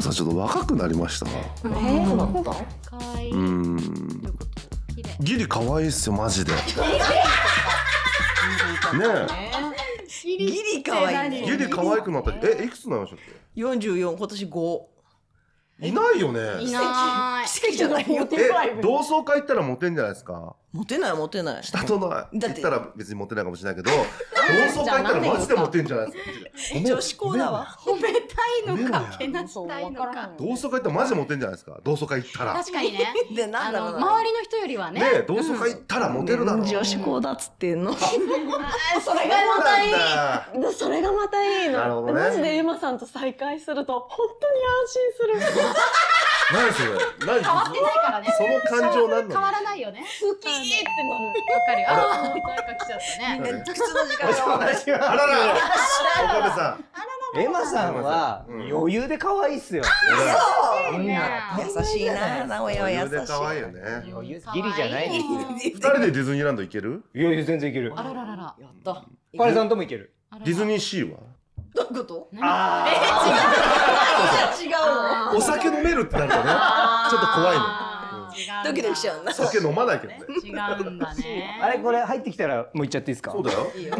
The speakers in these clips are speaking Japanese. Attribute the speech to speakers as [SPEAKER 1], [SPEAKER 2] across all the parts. [SPEAKER 1] さんちょっと若くなりました
[SPEAKER 2] え
[SPEAKER 3] ー
[SPEAKER 2] ー、った
[SPEAKER 3] かわいい。
[SPEAKER 1] う
[SPEAKER 3] どうい
[SPEAKER 1] ん
[SPEAKER 3] うこと綺麗。
[SPEAKER 1] ギリ可愛いっすよマジでね
[SPEAKER 3] ギ
[SPEAKER 2] ギリ可愛い
[SPEAKER 1] え
[SPEAKER 2] ね
[SPEAKER 1] ギリ可愛くなったえいくつになりましたっ
[SPEAKER 2] 44今年5
[SPEAKER 1] けいないよ
[SPEAKER 3] い
[SPEAKER 1] ね
[SPEAKER 3] ない。
[SPEAKER 2] 奇跡じゃないよ
[SPEAKER 1] え同窓会行ったらモテんじゃないですか
[SPEAKER 2] モテないモテない
[SPEAKER 1] 下との行
[SPEAKER 2] だっ
[SPEAKER 1] ってたら別にモテないかもしれないけど同窓会行ったらマジでモテんじゃないですか
[SPEAKER 2] 女子校 だわ
[SPEAKER 3] 褒めたいの
[SPEAKER 1] ね
[SPEAKER 3] か
[SPEAKER 1] え
[SPEAKER 3] けなしたいの
[SPEAKER 4] そうわから
[SPEAKER 3] か
[SPEAKER 4] ん。
[SPEAKER 1] 同窓会行ったらマジでモテんじゃないですか同窓会行ったら
[SPEAKER 3] 確かに ね。
[SPEAKER 2] でな
[SPEAKER 3] あ
[SPEAKER 2] んだろ
[SPEAKER 3] の
[SPEAKER 2] うな
[SPEAKER 3] 周りの人よりはね。
[SPEAKER 1] ねえ同窓会行ったらモテるだろ
[SPEAKER 2] 女子校だっつってんの
[SPEAKER 3] あーそれ
[SPEAKER 1] そう
[SPEAKER 3] がまたいい。
[SPEAKER 1] なんだ
[SPEAKER 4] でそれがまたいいの
[SPEAKER 1] なるほどね
[SPEAKER 4] マジでエマさんと再会すると本当に安心する
[SPEAKER 1] 何それ何
[SPEAKER 3] 変わってないからね。
[SPEAKER 1] その感情何
[SPEAKER 3] 変わ
[SPEAKER 1] なの
[SPEAKER 3] らないよね。わ
[SPEAKER 4] 好きってなる
[SPEAKER 3] かるよ。ああ、なんか来ちゃったね。
[SPEAKER 1] 誰
[SPEAKER 2] 靴の時間が終わ
[SPEAKER 1] あらら岡部さん
[SPEAKER 5] エマさんは
[SPEAKER 1] うん
[SPEAKER 5] 余裕で可愛いっすよ。
[SPEAKER 3] いいね
[SPEAKER 2] る優しいな名古屋は
[SPEAKER 1] 余
[SPEAKER 2] 優
[SPEAKER 1] 裕
[SPEAKER 2] し
[SPEAKER 1] で
[SPEAKER 2] い
[SPEAKER 1] 可愛いよね
[SPEAKER 5] 余裕
[SPEAKER 3] 可愛
[SPEAKER 5] ギリじゃないですよ。
[SPEAKER 1] 二人でディズニーランド行ける
[SPEAKER 5] いやいや全然いける。
[SPEAKER 3] あらららら。
[SPEAKER 2] やった
[SPEAKER 5] パレさんともいける。
[SPEAKER 1] ディズ
[SPEAKER 3] ー。
[SPEAKER 1] ニーシーは
[SPEAKER 2] どういうこと
[SPEAKER 5] あ
[SPEAKER 2] 違うの
[SPEAKER 3] あー
[SPEAKER 1] お酒飲めるってなるとね
[SPEAKER 3] あー
[SPEAKER 1] ちょっと怖いの
[SPEAKER 3] あー違うんだ
[SPEAKER 2] ドキドキしちゃうな
[SPEAKER 1] 酒飲まないけどね
[SPEAKER 3] 違うんだね。
[SPEAKER 5] あれこれ入ってきたらもう行っちゃっていいですか
[SPEAKER 1] そうだよ
[SPEAKER 2] いいよ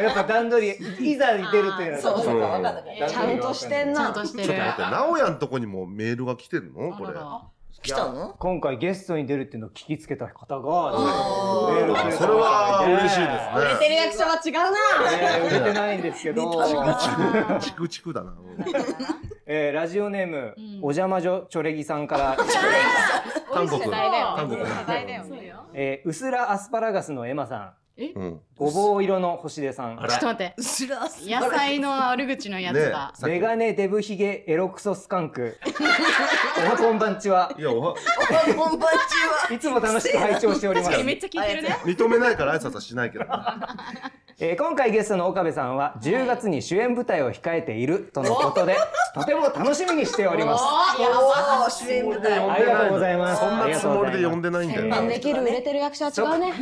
[SPEAKER 5] やっぱ段取りいざ出るっていうのは
[SPEAKER 2] そうそうか分かんなかっ
[SPEAKER 3] えー
[SPEAKER 2] た
[SPEAKER 4] ちゃんとしてん
[SPEAKER 3] ちゃん
[SPEAKER 4] な
[SPEAKER 3] として
[SPEAKER 1] ちょっと
[SPEAKER 3] る。
[SPEAKER 1] 待って、直哉のとこにもメールが来てるのこ
[SPEAKER 3] あ
[SPEAKER 1] れ。
[SPEAKER 3] らら
[SPEAKER 2] 来たの
[SPEAKER 5] 今回ゲストに出るっていうのを聞きつけた方が
[SPEAKER 2] おー
[SPEAKER 5] メールをく
[SPEAKER 1] あ
[SPEAKER 5] れた
[SPEAKER 1] それは嬉しい
[SPEAKER 5] ね
[SPEAKER 1] で
[SPEAKER 4] テレ役者は違うな
[SPEAKER 5] ね売れてないんですけど、
[SPEAKER 1] すね。チクチクだな。うん
[SPEAKER 5] えー、ラジオネーム、
[SPEAKER 3] うん
[SPEAKER 5] お邪魔女チョレギさんから、
[SPEAKER 1] 韓国。
[SPEAKER 4] 世代だよ
[SPEAKER 1] 韓国。
[SPEAKER 4] 世代だよ
[SPEAKER 3] そう
[SPEAKER 4] ね
[SPEAKER 3] よ。
[SPEAKER 5] えー、うすらアスパラガスのエマさん
[SPEAKER 1] うん。
[SPEAKER 5] ごぼう色の星出さん
[SPEAKER 1] あ
[SPEAKER 3] ちょっと
[SPEAKER 1] ら。
[SPEAKER 3] 待って。
[SPEAKER 2] うすらす
[SPEAKER 3] 野菜の悪口のやつだ。
[SPEAKER 1] さっき
[SPEAKER 5] メガネデブヒゲエロクソスカンクおはこんばんちはい
[SPEAKER 1] や、おは
[SPEAKER 2] こんばんちはい
[SPEAKER 5] つも楽しく拝聴しております
[SPEAKER 3] 確かにめっちゃ聞いてるね。
[SPEAKER 1] 認めないから挨拶はしないけどね。
[SPEAKER 5] えー今回ゲストの岡部さんは10月に主演舞台を控えているとのことで、とても楽しみにしております
[SPEAKER 2] おー主演舞台
[SPEAKER 5] ありがとうございます
[SPEAKER 1] そんなつもりで呼んでないんだよな。
[SPEAKER 4] できる売れてる役者は違うね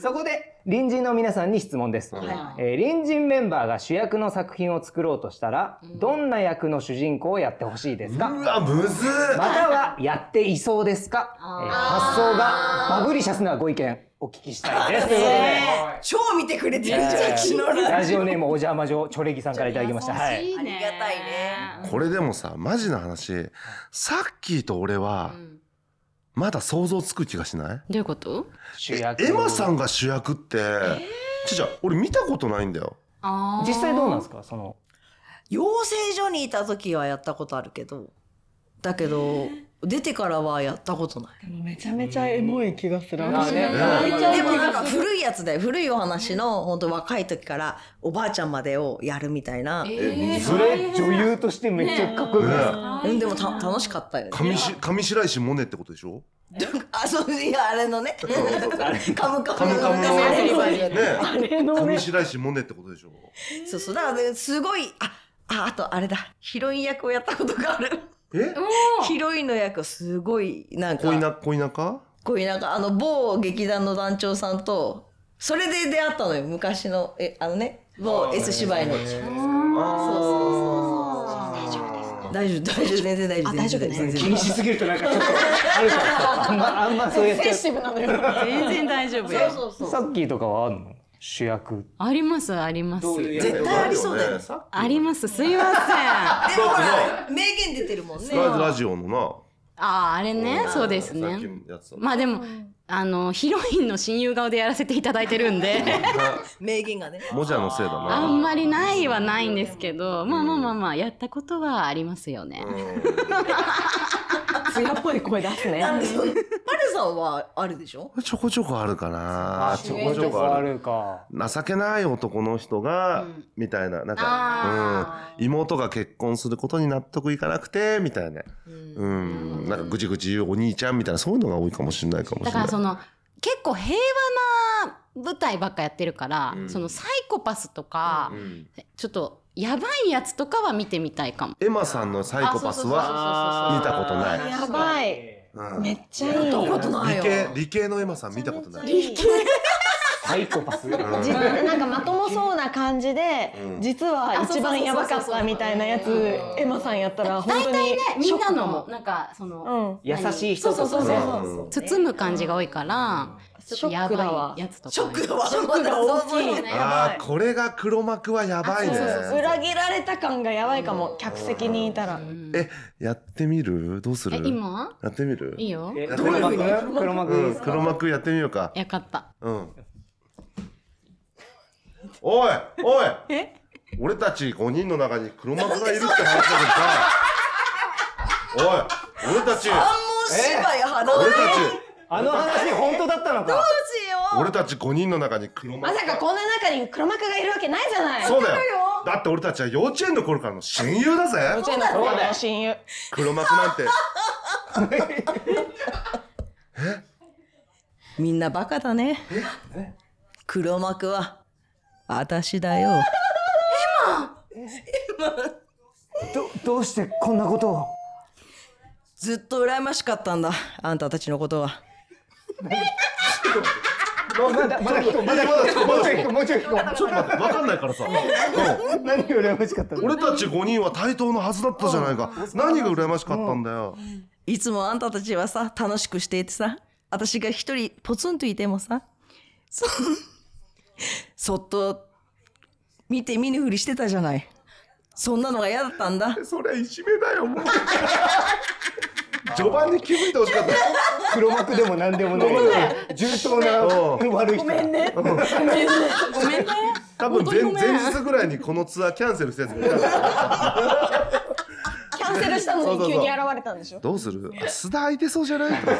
[SPEAKER 5] そこで隣人の皆さんに質問です、えー隣人メンバーが主役の作品を作ろうとしたら、どんな役の主人公をやってほしいです
[SPEAKER 1] う
[SPEAKER 5] か、
[SPEAKER 1] わ、むずっ
[SPEAKER 5] またはやっていそうですか、えー発想がバブリシャスなご意見お聞きしたいです、ということで
[SPEAKER 2] 超見てくれてるじゃん昨日
[SPEAKER 5] えー
[SPEAKER 2] ラ
[SPEAKER 5] ラ
[SPEAKER 2] ジ
[SPEAKER 5] ジ
[SPEAKER 2] オ
[SPEAKER 5] オネームお邪魔女チョレギさんからいただきましたはい
[SPEAKER 3] 優し
[SPEAKER 2] ありがたいね
[SPEAKER 1] これでもさ、マジな話、さっきと俺は、まだ想像つく気がしない
[SPEAKER 3] どういうこと？
[SPEAKER 5] 主役
[SPEAKER 1] エマさんが主役って、ちちゃ、俺見たことないんだよ。
[SPEAKER 3] あー
[SPEAKER 5] 実際どうなんですかその
[SPEAKER 2] 養成所にいた時はやったことあるけどだけど出てからはやったことない
[SPEAKER 4] めちゃめちゃエモい気がする
[SPEAKER 5] あね
[SPEAKER 4] めっちゃ
[SPEAKER 2] で
[SPEAKER 4] エ
[SPEAKER 2] も
[SPEAKER 4] モい
[SPEAKER 2] なんか古いやつだよ古いお話の本当若い時からおばあちゃんまでをやるみたいな、
[SPEAKER 3] えー
[SPEAKER 5] それ女優としてめっちゃかっこよくないですか
[SPEAKER 2] うんでもた楽しかったよね
[SPEAKER 1] 上し上白石萌音ってことでしょ
[SPEAKER 2] あそういやあれのねカムカム
[SPEAKER 1] カムカムの
[SPEAKER 2] のアレルバイ
[SPEAKER 1] ね
[SPEAKER 2] の
[SPEAKER 4] あれの
[SPEAKER 1] 上
[SPEAKER 4] ね
[SPEAKER 1] 白石萌音ってことでしょ
[SPEAKER 2] そうそうだからねすごいあああとあれだヒロイン役をやったことがある
[SPEAKER 1] え
[SPEAKER 2] ヒロインの役すごいなんか
[SPEAKER 1] 恋な恋仲
[SPEAKER 2] こういうなんかあの某劇団の団長さんとそれで出会ったのよ昔のえあのね某 S 芝居の
[SPEAKER 1] そうそうそうそう
[SPEAKER 2] 大丈夫大丈夫全然大丈夫大丈夫全
[SPEAKER 5] 気
[SPEAKER 2] 然
[SPEAKER 5] にしすぎるとなんかちょっとあるからあんまあんまそうやっ
[SPEAKER 4] セ
[SPEAKER 5] て
[SPEAKER 4] ンシティブなのよ
[SPEAKER 3] 全然大丈夫よ。
[SPEAKER 2] そうそう
[SPEAKER 5] さっきとかはあんの主役
[SPEAKER 3] ありますあります。
[SPEAKER 2] 絶対ありそうだよ
[SPEAKER 1] ねさっき
[SPEAKER 3] ありますすいません。あ
[SPEAKER 2] でもほら名言出てるもんね
[SPEAKER 1] スライドラジオの
[SPEAKER 3] あーあれ
[SPEAKER 1] な
[SPEAKER 3] ね
[SPEAKER 1] ん
[SPEAKER 3] そうです
[SPEAKER 1] さっき
[SPEAKER 3] ね。
[SPEAKER 1] のやつだ
[SPEAKER 3] まあでもあのヒロインの親友顔でやらせていただいてるんで。
[SPEAKER 2] 名言がね
[SPEAKER 1] 文字のせいだ
[SPEAKER 3] あ
[SPEAKER 1] なん
[SPEAKER 3] まりないはないんですけど、まあまあまあまあ、やったことはありますよね。
[SPEAKER 4] 艶っぽい声出すね
[SPEAKER 2] なんでそんなパルさんはあるでしょ
[SPEAKER 1] ちょこちょこあるかな
[SPEAKER 5] ちょこちょこあるか
[SPEAKER 1] 情けない男の人が、
[SPEAKER 3] うん
[SPEAKER 1] みたいななんか
[SPEAKER 3] あ、
[SPEAKER 1] うん、妹が結婚することに納得いかなくてみたいな、うんなんかぐちぐち言うお兄ちゃんみたいなそういうのが多いかもしれないかもし
[SPEAKER 3] だ
[SPEAKER 1] れ
[SPEAKER 3] か
[SPEAKER 1] ない
[SPEAKER 3] らその、結構平和な舞台ばっかやってるから、
[SPEAKER 1] うん
[SPEAKER 3] そのサイコパスとか、
[SPEAKER 1] うん
[SPEAKER 3] ちょっとやばいやつとかは見てみたいかも。
[SPEAKER 1] エマさんのサイコパスは見たことない
[SPEAKER 4] やばい
[SPEAKER 1] うん
[SPEAKER 4] めっちゃいい
[SPEAKER 2] 見たことな
[SPEAKER 1] 理
[SPEAKER 2] いよ
[SPEAKER 1] 系理系のエマさん見たことない
[SPEAKER 4] 系
[SPEAKER 5] サイコパス。
[SPEAKER 4] じなんかまともそうな感じで、
[SPEAKER 1] うん
[SPEAKER 4] 実は一番やばかったみたいなやつ、
[SPEAKER 3] うん
[SPEAKER 4] エマさんやったら本
[SPEAKER 3] 大
[SPEAKER 4] 当
[SPEAKER 3] 体
[SPEAKER 4] に
[SPEAKER 3] ねみ
[SPEAKER 4] ショ
[SPEAKER 3] ん
[SPEAKER 4] ッ
[SPEAKER 3] な
[SPEAKER 4] ク
[SPEAKER 3] のなんかその、
[SPEAKER 4] うん
[SPEAKER 5] 優しい人とか
[SPEAKER 3] そうそうそうそう
[SPEAKER 1] うんうん
[SPEAKER 3] 包む感じが多いから、ちょっとや
[SPEAKER 4] ショックだわ
[SPEAKER 3] ばいやつとか
[SPEAKER 2] ショックだわ。ショックが大きい。
[SPEAKER 1] あーこれが黒幕はやばいね
[SPEAKER 3] あそうそうそう
[SPEAKER 4] 裏切られた感がやばいかも、客席にいたら、
[SPEAKER 3] うん
[SPEAKER 1] えやってみるどうする
[SPEAKER 3] え今
[SPEAKER 1] やってみる
[SPEAKER 3] いいよ
[SPEAKER 5] え黒幕黒幕
[SPEAKER 1] う
[SPEAKER 5] で
[SPEAKER 1] ん
[SPEAKER 5] すか
[SPEAKER 1] 黒幕やってみようか
[SPEAKER 3] よかった
[SPEAKER 1] うんおいおい
[SPEAKER 4] え
[SPEAKER 1] 俺たち5人の中に黒幕がいるって話だけどさおい俺たち
[SPEAKER 2] あんも芝居話
[SPEAKER 1] 俺たち
[SPEAKER 5] あの話本当だったのか。
[SPEAKER 1] 俺たち5人の中に黒幕
[SPEAKER 4] まさかこんな中に黒幕がいるわけないじゃない
[SPEAKER 1] そうだよだって俺たちは幼稚園の頃からの親友だぜ
[SPEAKER 4] 幼稚園の頃の親友
[SPEAKER 1] 黒幕なんて
[SPEAKER 2] みんなバカだね。黒幕は私だよ。
[SPEAKER 5] どどうしてこんなことを。
[SPEAKER 2] ずっと羨ましかったんだ。あんたたちのことは。
[SPEAKER 5] まだまだ聞こうまだ聞こうもうちょい聞こうもうちょい聞こ
[SPEAKER 1] ちょっと待って分かんないからさ、う
[SPEAKER 5] う。何が羨ましかった
[SPEAKER 1] ん、
[SPEAKER 5] の。
[SPEAKER 1] 俺たち5人は対等のはずだったじゃないか何が羨ましかったんだよ
[SPEAKER 2] いつもあんたたちはさ、楽しくしていてさ、私が一人ポツンといてもさ、そ、 そっと見て見ぬふりしてたじゃない。そんなのが嫌だったんだ。
[SPEAKER 1] そりゃいじめだよもう 序盤に気づいてほしかった
[SPEAKER 5] 黒幕でも何でもない。重当な
[SPEAKER 1] うん
[SPEAKER 5] 悪い人。ごめんね。
[SPEAKER 1] 多分前前日ぐらいにこのツアーキャンセルしたやつもいたんだよ
[SPEAKER 4] キャンセルしたのに急
[SPEAKER 1] そうそう
[SPEAKER 4] に
[SPEAKER 1] そ
[SPEAKER 4] 現れたんでしょ
[SPEAKER 1] どうするあ須田空いてそうじゃないとか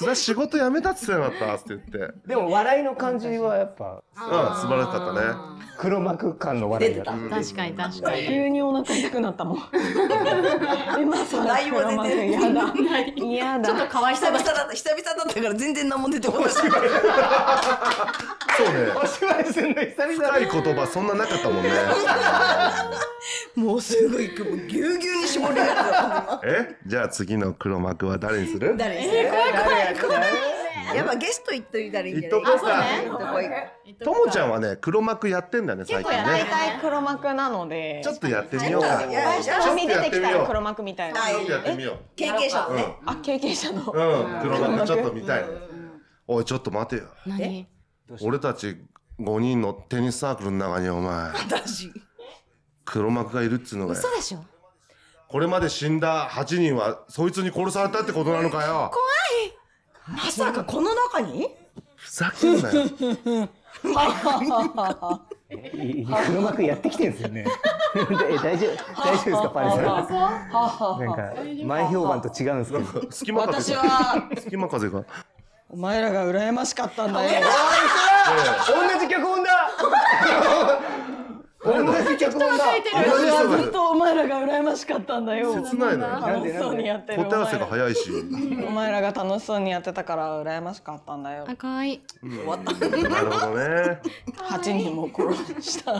[SPEAKER 1] 須田仕事辞めたっつってなかったっつって言ってうん
[SPEAKER 5] でも笑いの感じはやっぱ
[SPEAKER 1] 素晴らしかったね
[SPEAKER 5] 黒幕感の笑いだった。
[SPEAKER 3] 確かに確かに
[SPEAKER 4] 急にお腹痛くなったもんエマさんの
[SPEAKER 2] 内容
[SPEAKER 4] 黒
[SPEAKER 2] 出
[SPEAKER 4] 幕
[SPEAKER 2] てる
[SPEAKER 4] 嫌だ嫌だ
[SPEAKER 3] かわい
[SPEAKER 2] 久々だった、久々だったから全然何も出てこない。
[SPEAKER 1] そうね
[SPEAKER 5] お芝居するの久々
[SPEAKER 1] 深い言葉そんななかったもんね
[SPEAKER 2] もうすごい、ぎゅうぎゅうに絞り出た。
[SPEAKER 1] えじゃあ次の黒幕は誰にする
[SPEAKER 2] 誰にする
[SPEAKER 5] 誰がやっ
[SPEAKER 2] やっぱゲスト行っといたらいいんじゃない
[SPEAKER 1] 行っとこうか
[SPEAKER 2] あそうね行っとこう行こ
[SPEAKER 1] ともちゃんはね黒幕やってんだね最近
[SPEAKER 4] 大
[SPEAKER 1] ね
[SPEAKER 4] 体黒幕なので
[SPEAKER 1] ちょっとやってみよう
[SPEAKER 2] ちょっ
[SPEAKER 1] か
[SPEAKER 2] とや
[SPEAKER 1] ちょっ
[SPEAKER 4] は
[SPEAKER 1] と
[SPEAKER 4] み出
[SPEAKER 1] やってて
[SPEAKER 4] き
[SPEAKER 1] み
[SPEAKER 4] たら
[SPEAKER 1] よ
[SPEAKER 4] 黒幕みたいうな
[SPEAKER 2] は
[SPEAKER 1] ちょっとやってみよ
[SPEAKER 2] う経験者の
[SPEAKER 1] う
[SPEAKER 2] ね。
[SPEAKER 4] あ経験者の
[SPEAKER 1] うんうん黒幕ちょっと見たいねおいちょっと待てよ
[SPEAKER 3] 何
[SPEAKER 1] 俺たち5人のテニスサークルの中にお前
[SPEAKER 2] 私。
[SPEAKER 1] 黒幕がいるっつうのがよ
[SPEAKER 3] 嘘でしょ
[SPEAKER 1] これまで死んだ8人はそいつに殺されたってことなのかよ
[SPEAKER 2] まさかこの中に
[SPEAKER 1] ふざけんなよ
[SPEAKER 5] てみよう。黒幕やってきてんですよね。え大丈夫大丈夫ですかパリさん。なんか前評判と違うんですけど。
[SPEAKER 1] 隙間風が
[SPEAKER 2] は、
[SPEAKER 1] 隙間風が
[SPEAKER 2] お前らが羨ましかったんだよ。
[SPEAKER 5] 同じ脚本だ。同じ脚本だ。
[SPEAKER 1] 同じ人がい
[SPEAKER 4] ずっ
[SPEAKER 1] る
[SPEAKER 4] とお前らが羨ましかったんだよ
[SPEAKER 1] 切ないのよ
[SPEAKER 4] 楽しそうにやってるお
[SPEAKER 1] 答え合わせが
[SPEAKER 4] 前
[SPEAKER 1] 早いし
[SPEAKER 4] お前らが楽しそうにやってたから羨ましかったんだよ
[SPEAKER 3] あかわいい
[SPEAKER 1] なるほどね
[SPEAKER 4] 8人も殺した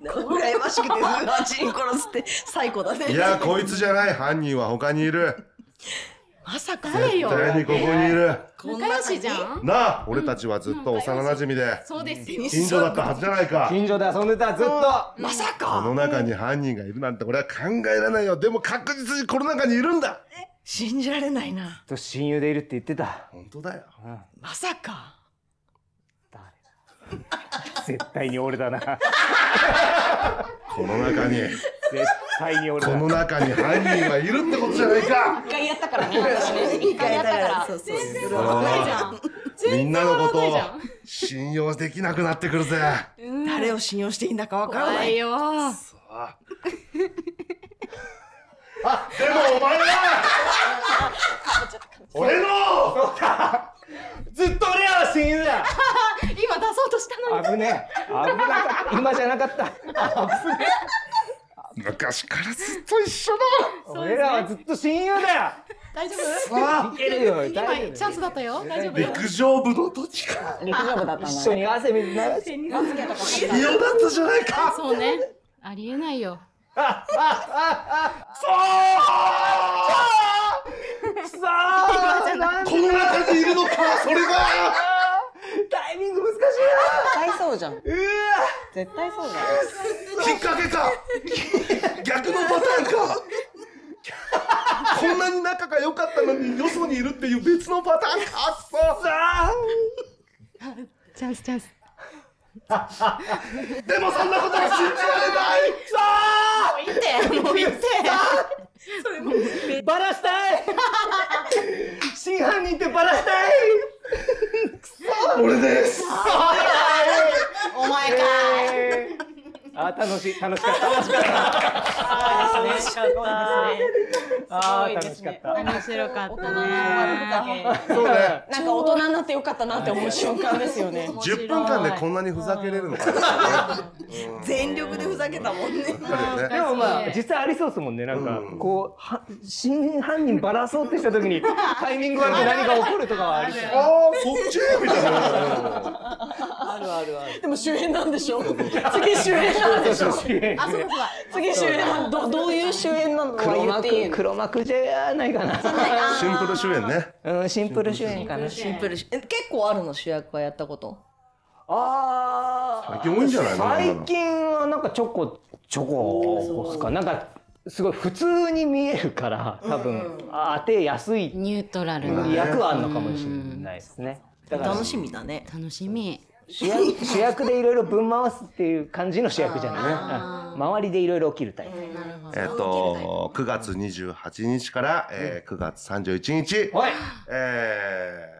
[SPEAKER 2] 羨ましくて、8人殺すって最高だね。
[SPEAKER 1] いやこいつじゃない犯人は他にいる
[SPEAKER 2] まさか
[SPEAKER 3] 誰よ
[SPEAKER 1] 誰にここにいる
[SPEAKER 3] 仲良しじゃん
[SPEAKER 1] なあ俺たちはずっと幼馴染で
[SPEAKER 3] そうですよ
[SPEAKER 1] 近所だったはずじゃないか
[SPEAKER 5] 近所で遊んでたずっと。
[SPEAKER 2] まさ
[SPEAKER 1] こ
[SPEAKER 2] か
[SPEAKER 1] の中に犯人がいるなんて俺は考えられないよでも確実にこの中にいるんだ
[SPEAKER 2] 信じられないな。
[SPEAKER 5] と親友でいるって言ってた。
[SPEAKER 1] 本当だよ
[SPEAKER 2] まさか。
[SPEAKER 5] 絶対に俺だな。
[SPEAKER 1] この中に
[SPEAKER 5] 絶対に 俺
[SPEAKER 1] こ
[SPEAKER 5] だ。
[SPEAKER 1] の中に犯人はいるってことじゃないか
[SPEAKER 4] 一回やったからね私ね
[SPEAKER 3] 一回やったか
[SPEAKER 2] そう
[SPEAKER 3] ら
[SPEAKER 2] そうそう。
[SPEAKER 1] みんなのこと
[SPEAKER 3] 笑わ
[SPEAKER 1] を
[SPEAKER 3] ない
[SPEAKER 1] 信用できなくなってくるぜ。
[SPEAKER 2] 誰を信用していいんだかわから
[SPEAKER 3] 怖
[SPEAKER 2] ないい。
[SPEAKER 3] よ
[SPEAKER 1] あ、でもお前は俺の
[SPEAKER 5] ずっと俺らは親友だ。
[SPEAKER 3] 今出そうとしたのに
[SPEAKER 5] 危ねえ。危なかった。今じゃなかった。
[SPEAKER 1] 昔からずっと一緒だ。
[SPEAKER 5] 俺らはずっと親友だよ。
[SPEAKER 3] 大丈夫
[SPEAKER 5] ああ、いけるよ。大
[SPEAKER 3] 今チ
[SPEAKER 5] 丈
[SPEAKER 3] ャンスだったよ大丈夫
[SPEAKER 1] 陸上部の時から
[SPEAKER 4] 陸上部だった
[SPEAKER 5] 夫。
[SPEAKER 4] ん
[SPEAKER 5] 一
[SPEAKER 4] だ
[SPEAKER 5] 緒
[SPEAKER 4] ね
[SPEAKER 5] に汗水流して。
[SPEAKER 1] 信用だったじゃないか。
[SPEAKER 3] そうねありえないよ
[SPEAKER 5] さあ、
[SPEAKER 1] この中にいるのか、それが。
[SPEAKER 5] タイミング
[SPEAKER 4] 対そうじゃん。うわ絶対そうじゃん。
[SPEAKER 1] きっかけか逆のパターンかこんなに仲が良かったのによそにいるっていう別のパターンかっそうだ
[SPEAKER 3] チャンスチャンス。
[SPEAKER 1] でもそんなことは信じられないさあ
[SPEAKER 3] もういいってもういいって
[SPEAKER 5] バラしたい真犯人ってバラしたい
[SPEAKER 1] 俺です
[SPEAKER 4] お前か
[SPEAKER 5] えーあー楽しい楽しかった
[SPEAKER 4] ー楽しかった
[SPEAKER 5] あー
[SPEAKER 4] すごい
[SPEAKER 5] 楽
[SPEAKER 4] で
[SPEAKER 5] し
[SPEAKER 4] す
[SPEAKER 5] か
[SPEAKER 4] ね
[SPEAKER 5] った
[SPEAKER 3] 面白かった
[SPEAKER 4] 大
[SPEAKER 3] ね。
[SPEAKER 4] 人の悪ふざけ
[SPEAKER 5] そうね
[SPEAKER 4] なんか大人になってよかったなって思う瞬間ですよね。
[SPEAKER 1] 10分間でこんなにふざけれるのかな、
[SPEAKER 2] 全力でふざけたもんね。
[SPEAKER 1] やっぱりね
[SPEAKER 5] でもまあ実際ありそうですもんねなんか
[SPEAKER 1] うん
[SPEAKER 5] こうは真犯人バラそうってした時 にタイミング悪く何が起こるとかはありそう
[SPEAKER 1] あーそっちみたいな
[SPEAKER 5] あるあるある
[SPEAKER 4] でも主演なんでしょ次主演なんでしょ
[SPEAKER 3] あ、そうそうそう。
[SPEAKER 4] 次主演なんどどういう主演なのか
[SPEAKER 5] 黒
[SPEAKER 4] 言っていい
[SPEAKER 5] 幕
[SPEAKER 4] の
[SPEAKER 5] 黒幕じゃないか
[SPEAKER 1] シンプル主演ね
[SPEAKER 5] なうんシンプル主演かな
[SPEAKER 2] シンプルしえ結構あるの主役はやったこと。
[SPEAKER 5] あ
[SPEAKER 1] 最
[SPEAKER 5] ー
[SPEAKER 1] 近多いんじゃないの
[SPEAKER 5] 最近はなんかちょこちょこですかなんかすごい普通に見えるから多分当てやすい
[SPEAKER 3] ニュートラルな
[SPEAKER 5] 役はあるのかもしれないですねだから
[SPEAKER 2] 楽しみだね。
[SPEAKER 3] 楽しみ。
[SPEAKER 5] 主役主役でいろいろぶん回すっていう感じの主役じゃない、うん周りでいろいろ起きるタイプ、
[SPEAKER 1] えっと9月28日から、えー、9月31日、
[SPEAKER 5] おい
[SPEAKER 1] え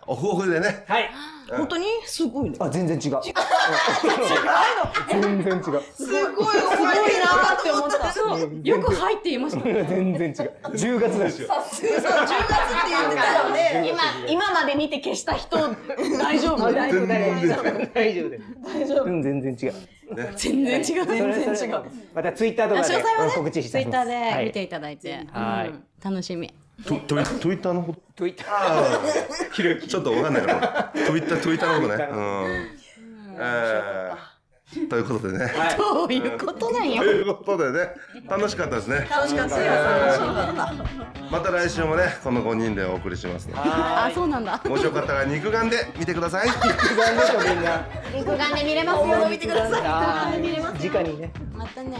[SPEAKER 1] ー、オフオフでね
[SPEAKER 5] はい
[SPEAKER 2] 本当にすごいね。
[SPEAKER 5] あ全然違う全然違う
[SPEAKER 2] すごいすごいなって思った。そう
[SPEAKER 3] そう、よく入っていました。
[SPEAKER 5] 全然違う10月ですよ
[SPEAKER 2] そう10月って言ってたよね。
[SPEAKER 4] 今今まで見て消した人大丈夫大丈夫大丈夫
[SPEAKER 5] 大丈夫です
[SPEAKER 4] 大丈
[SPEAKER 5] う
[SPEAKER 4] 夫
[SPEAKER 5] ん全然違う
[SPEAKER 4] 全然違う全
[SPEAKER 5] それ
[SPEAKER 4] 然違う
[SPEAKER 5] それまたツイッターとか
[SPEAKER 3] 詳
[SPEAKER 5] で
[SPEAKER 3] 細はね、
[SPEAKER 5] 告知した
[SPEAKER 3] ツイッ
[SPEAKER 5] いと
[SPEAKER 3] タ
[SPEAKER 5] 思います
[SPEAKER 3] ーで見て
[SPEAKER 5] はい
[SPEAKER 3] いただいて、
[SPEAKER 5] はい
[SPEAKER 3] うん楽しみ。
[SPEAKER 1] トトイトイッターのこと
[SPEAKER 5] ツイッター
[SPEAKER 1] ひろゆきちょっとわかんないからトイッタートイッターのことねうん、えー、ということでね、
[SPEAKER 2] どういうことだよ
[SPEAKER 1] と。いうことでね楽しかったですね
[SPEAKER 2] 楽しかったよ。楽しかった。
[SPEAKER 1] また来週もねこの5人でお送りしますので
[SPEAKER 3] あ、そうなんだ。
[SPEAKER 1] もしよかったら肉眼で見てください
[SPEAKER 5] 頑張ってみんな
[SPEAKER 3] 肉眼で見れますよ。見てください。
[SPEAKER 5] あー直にね
[SPEAKER 3] またね。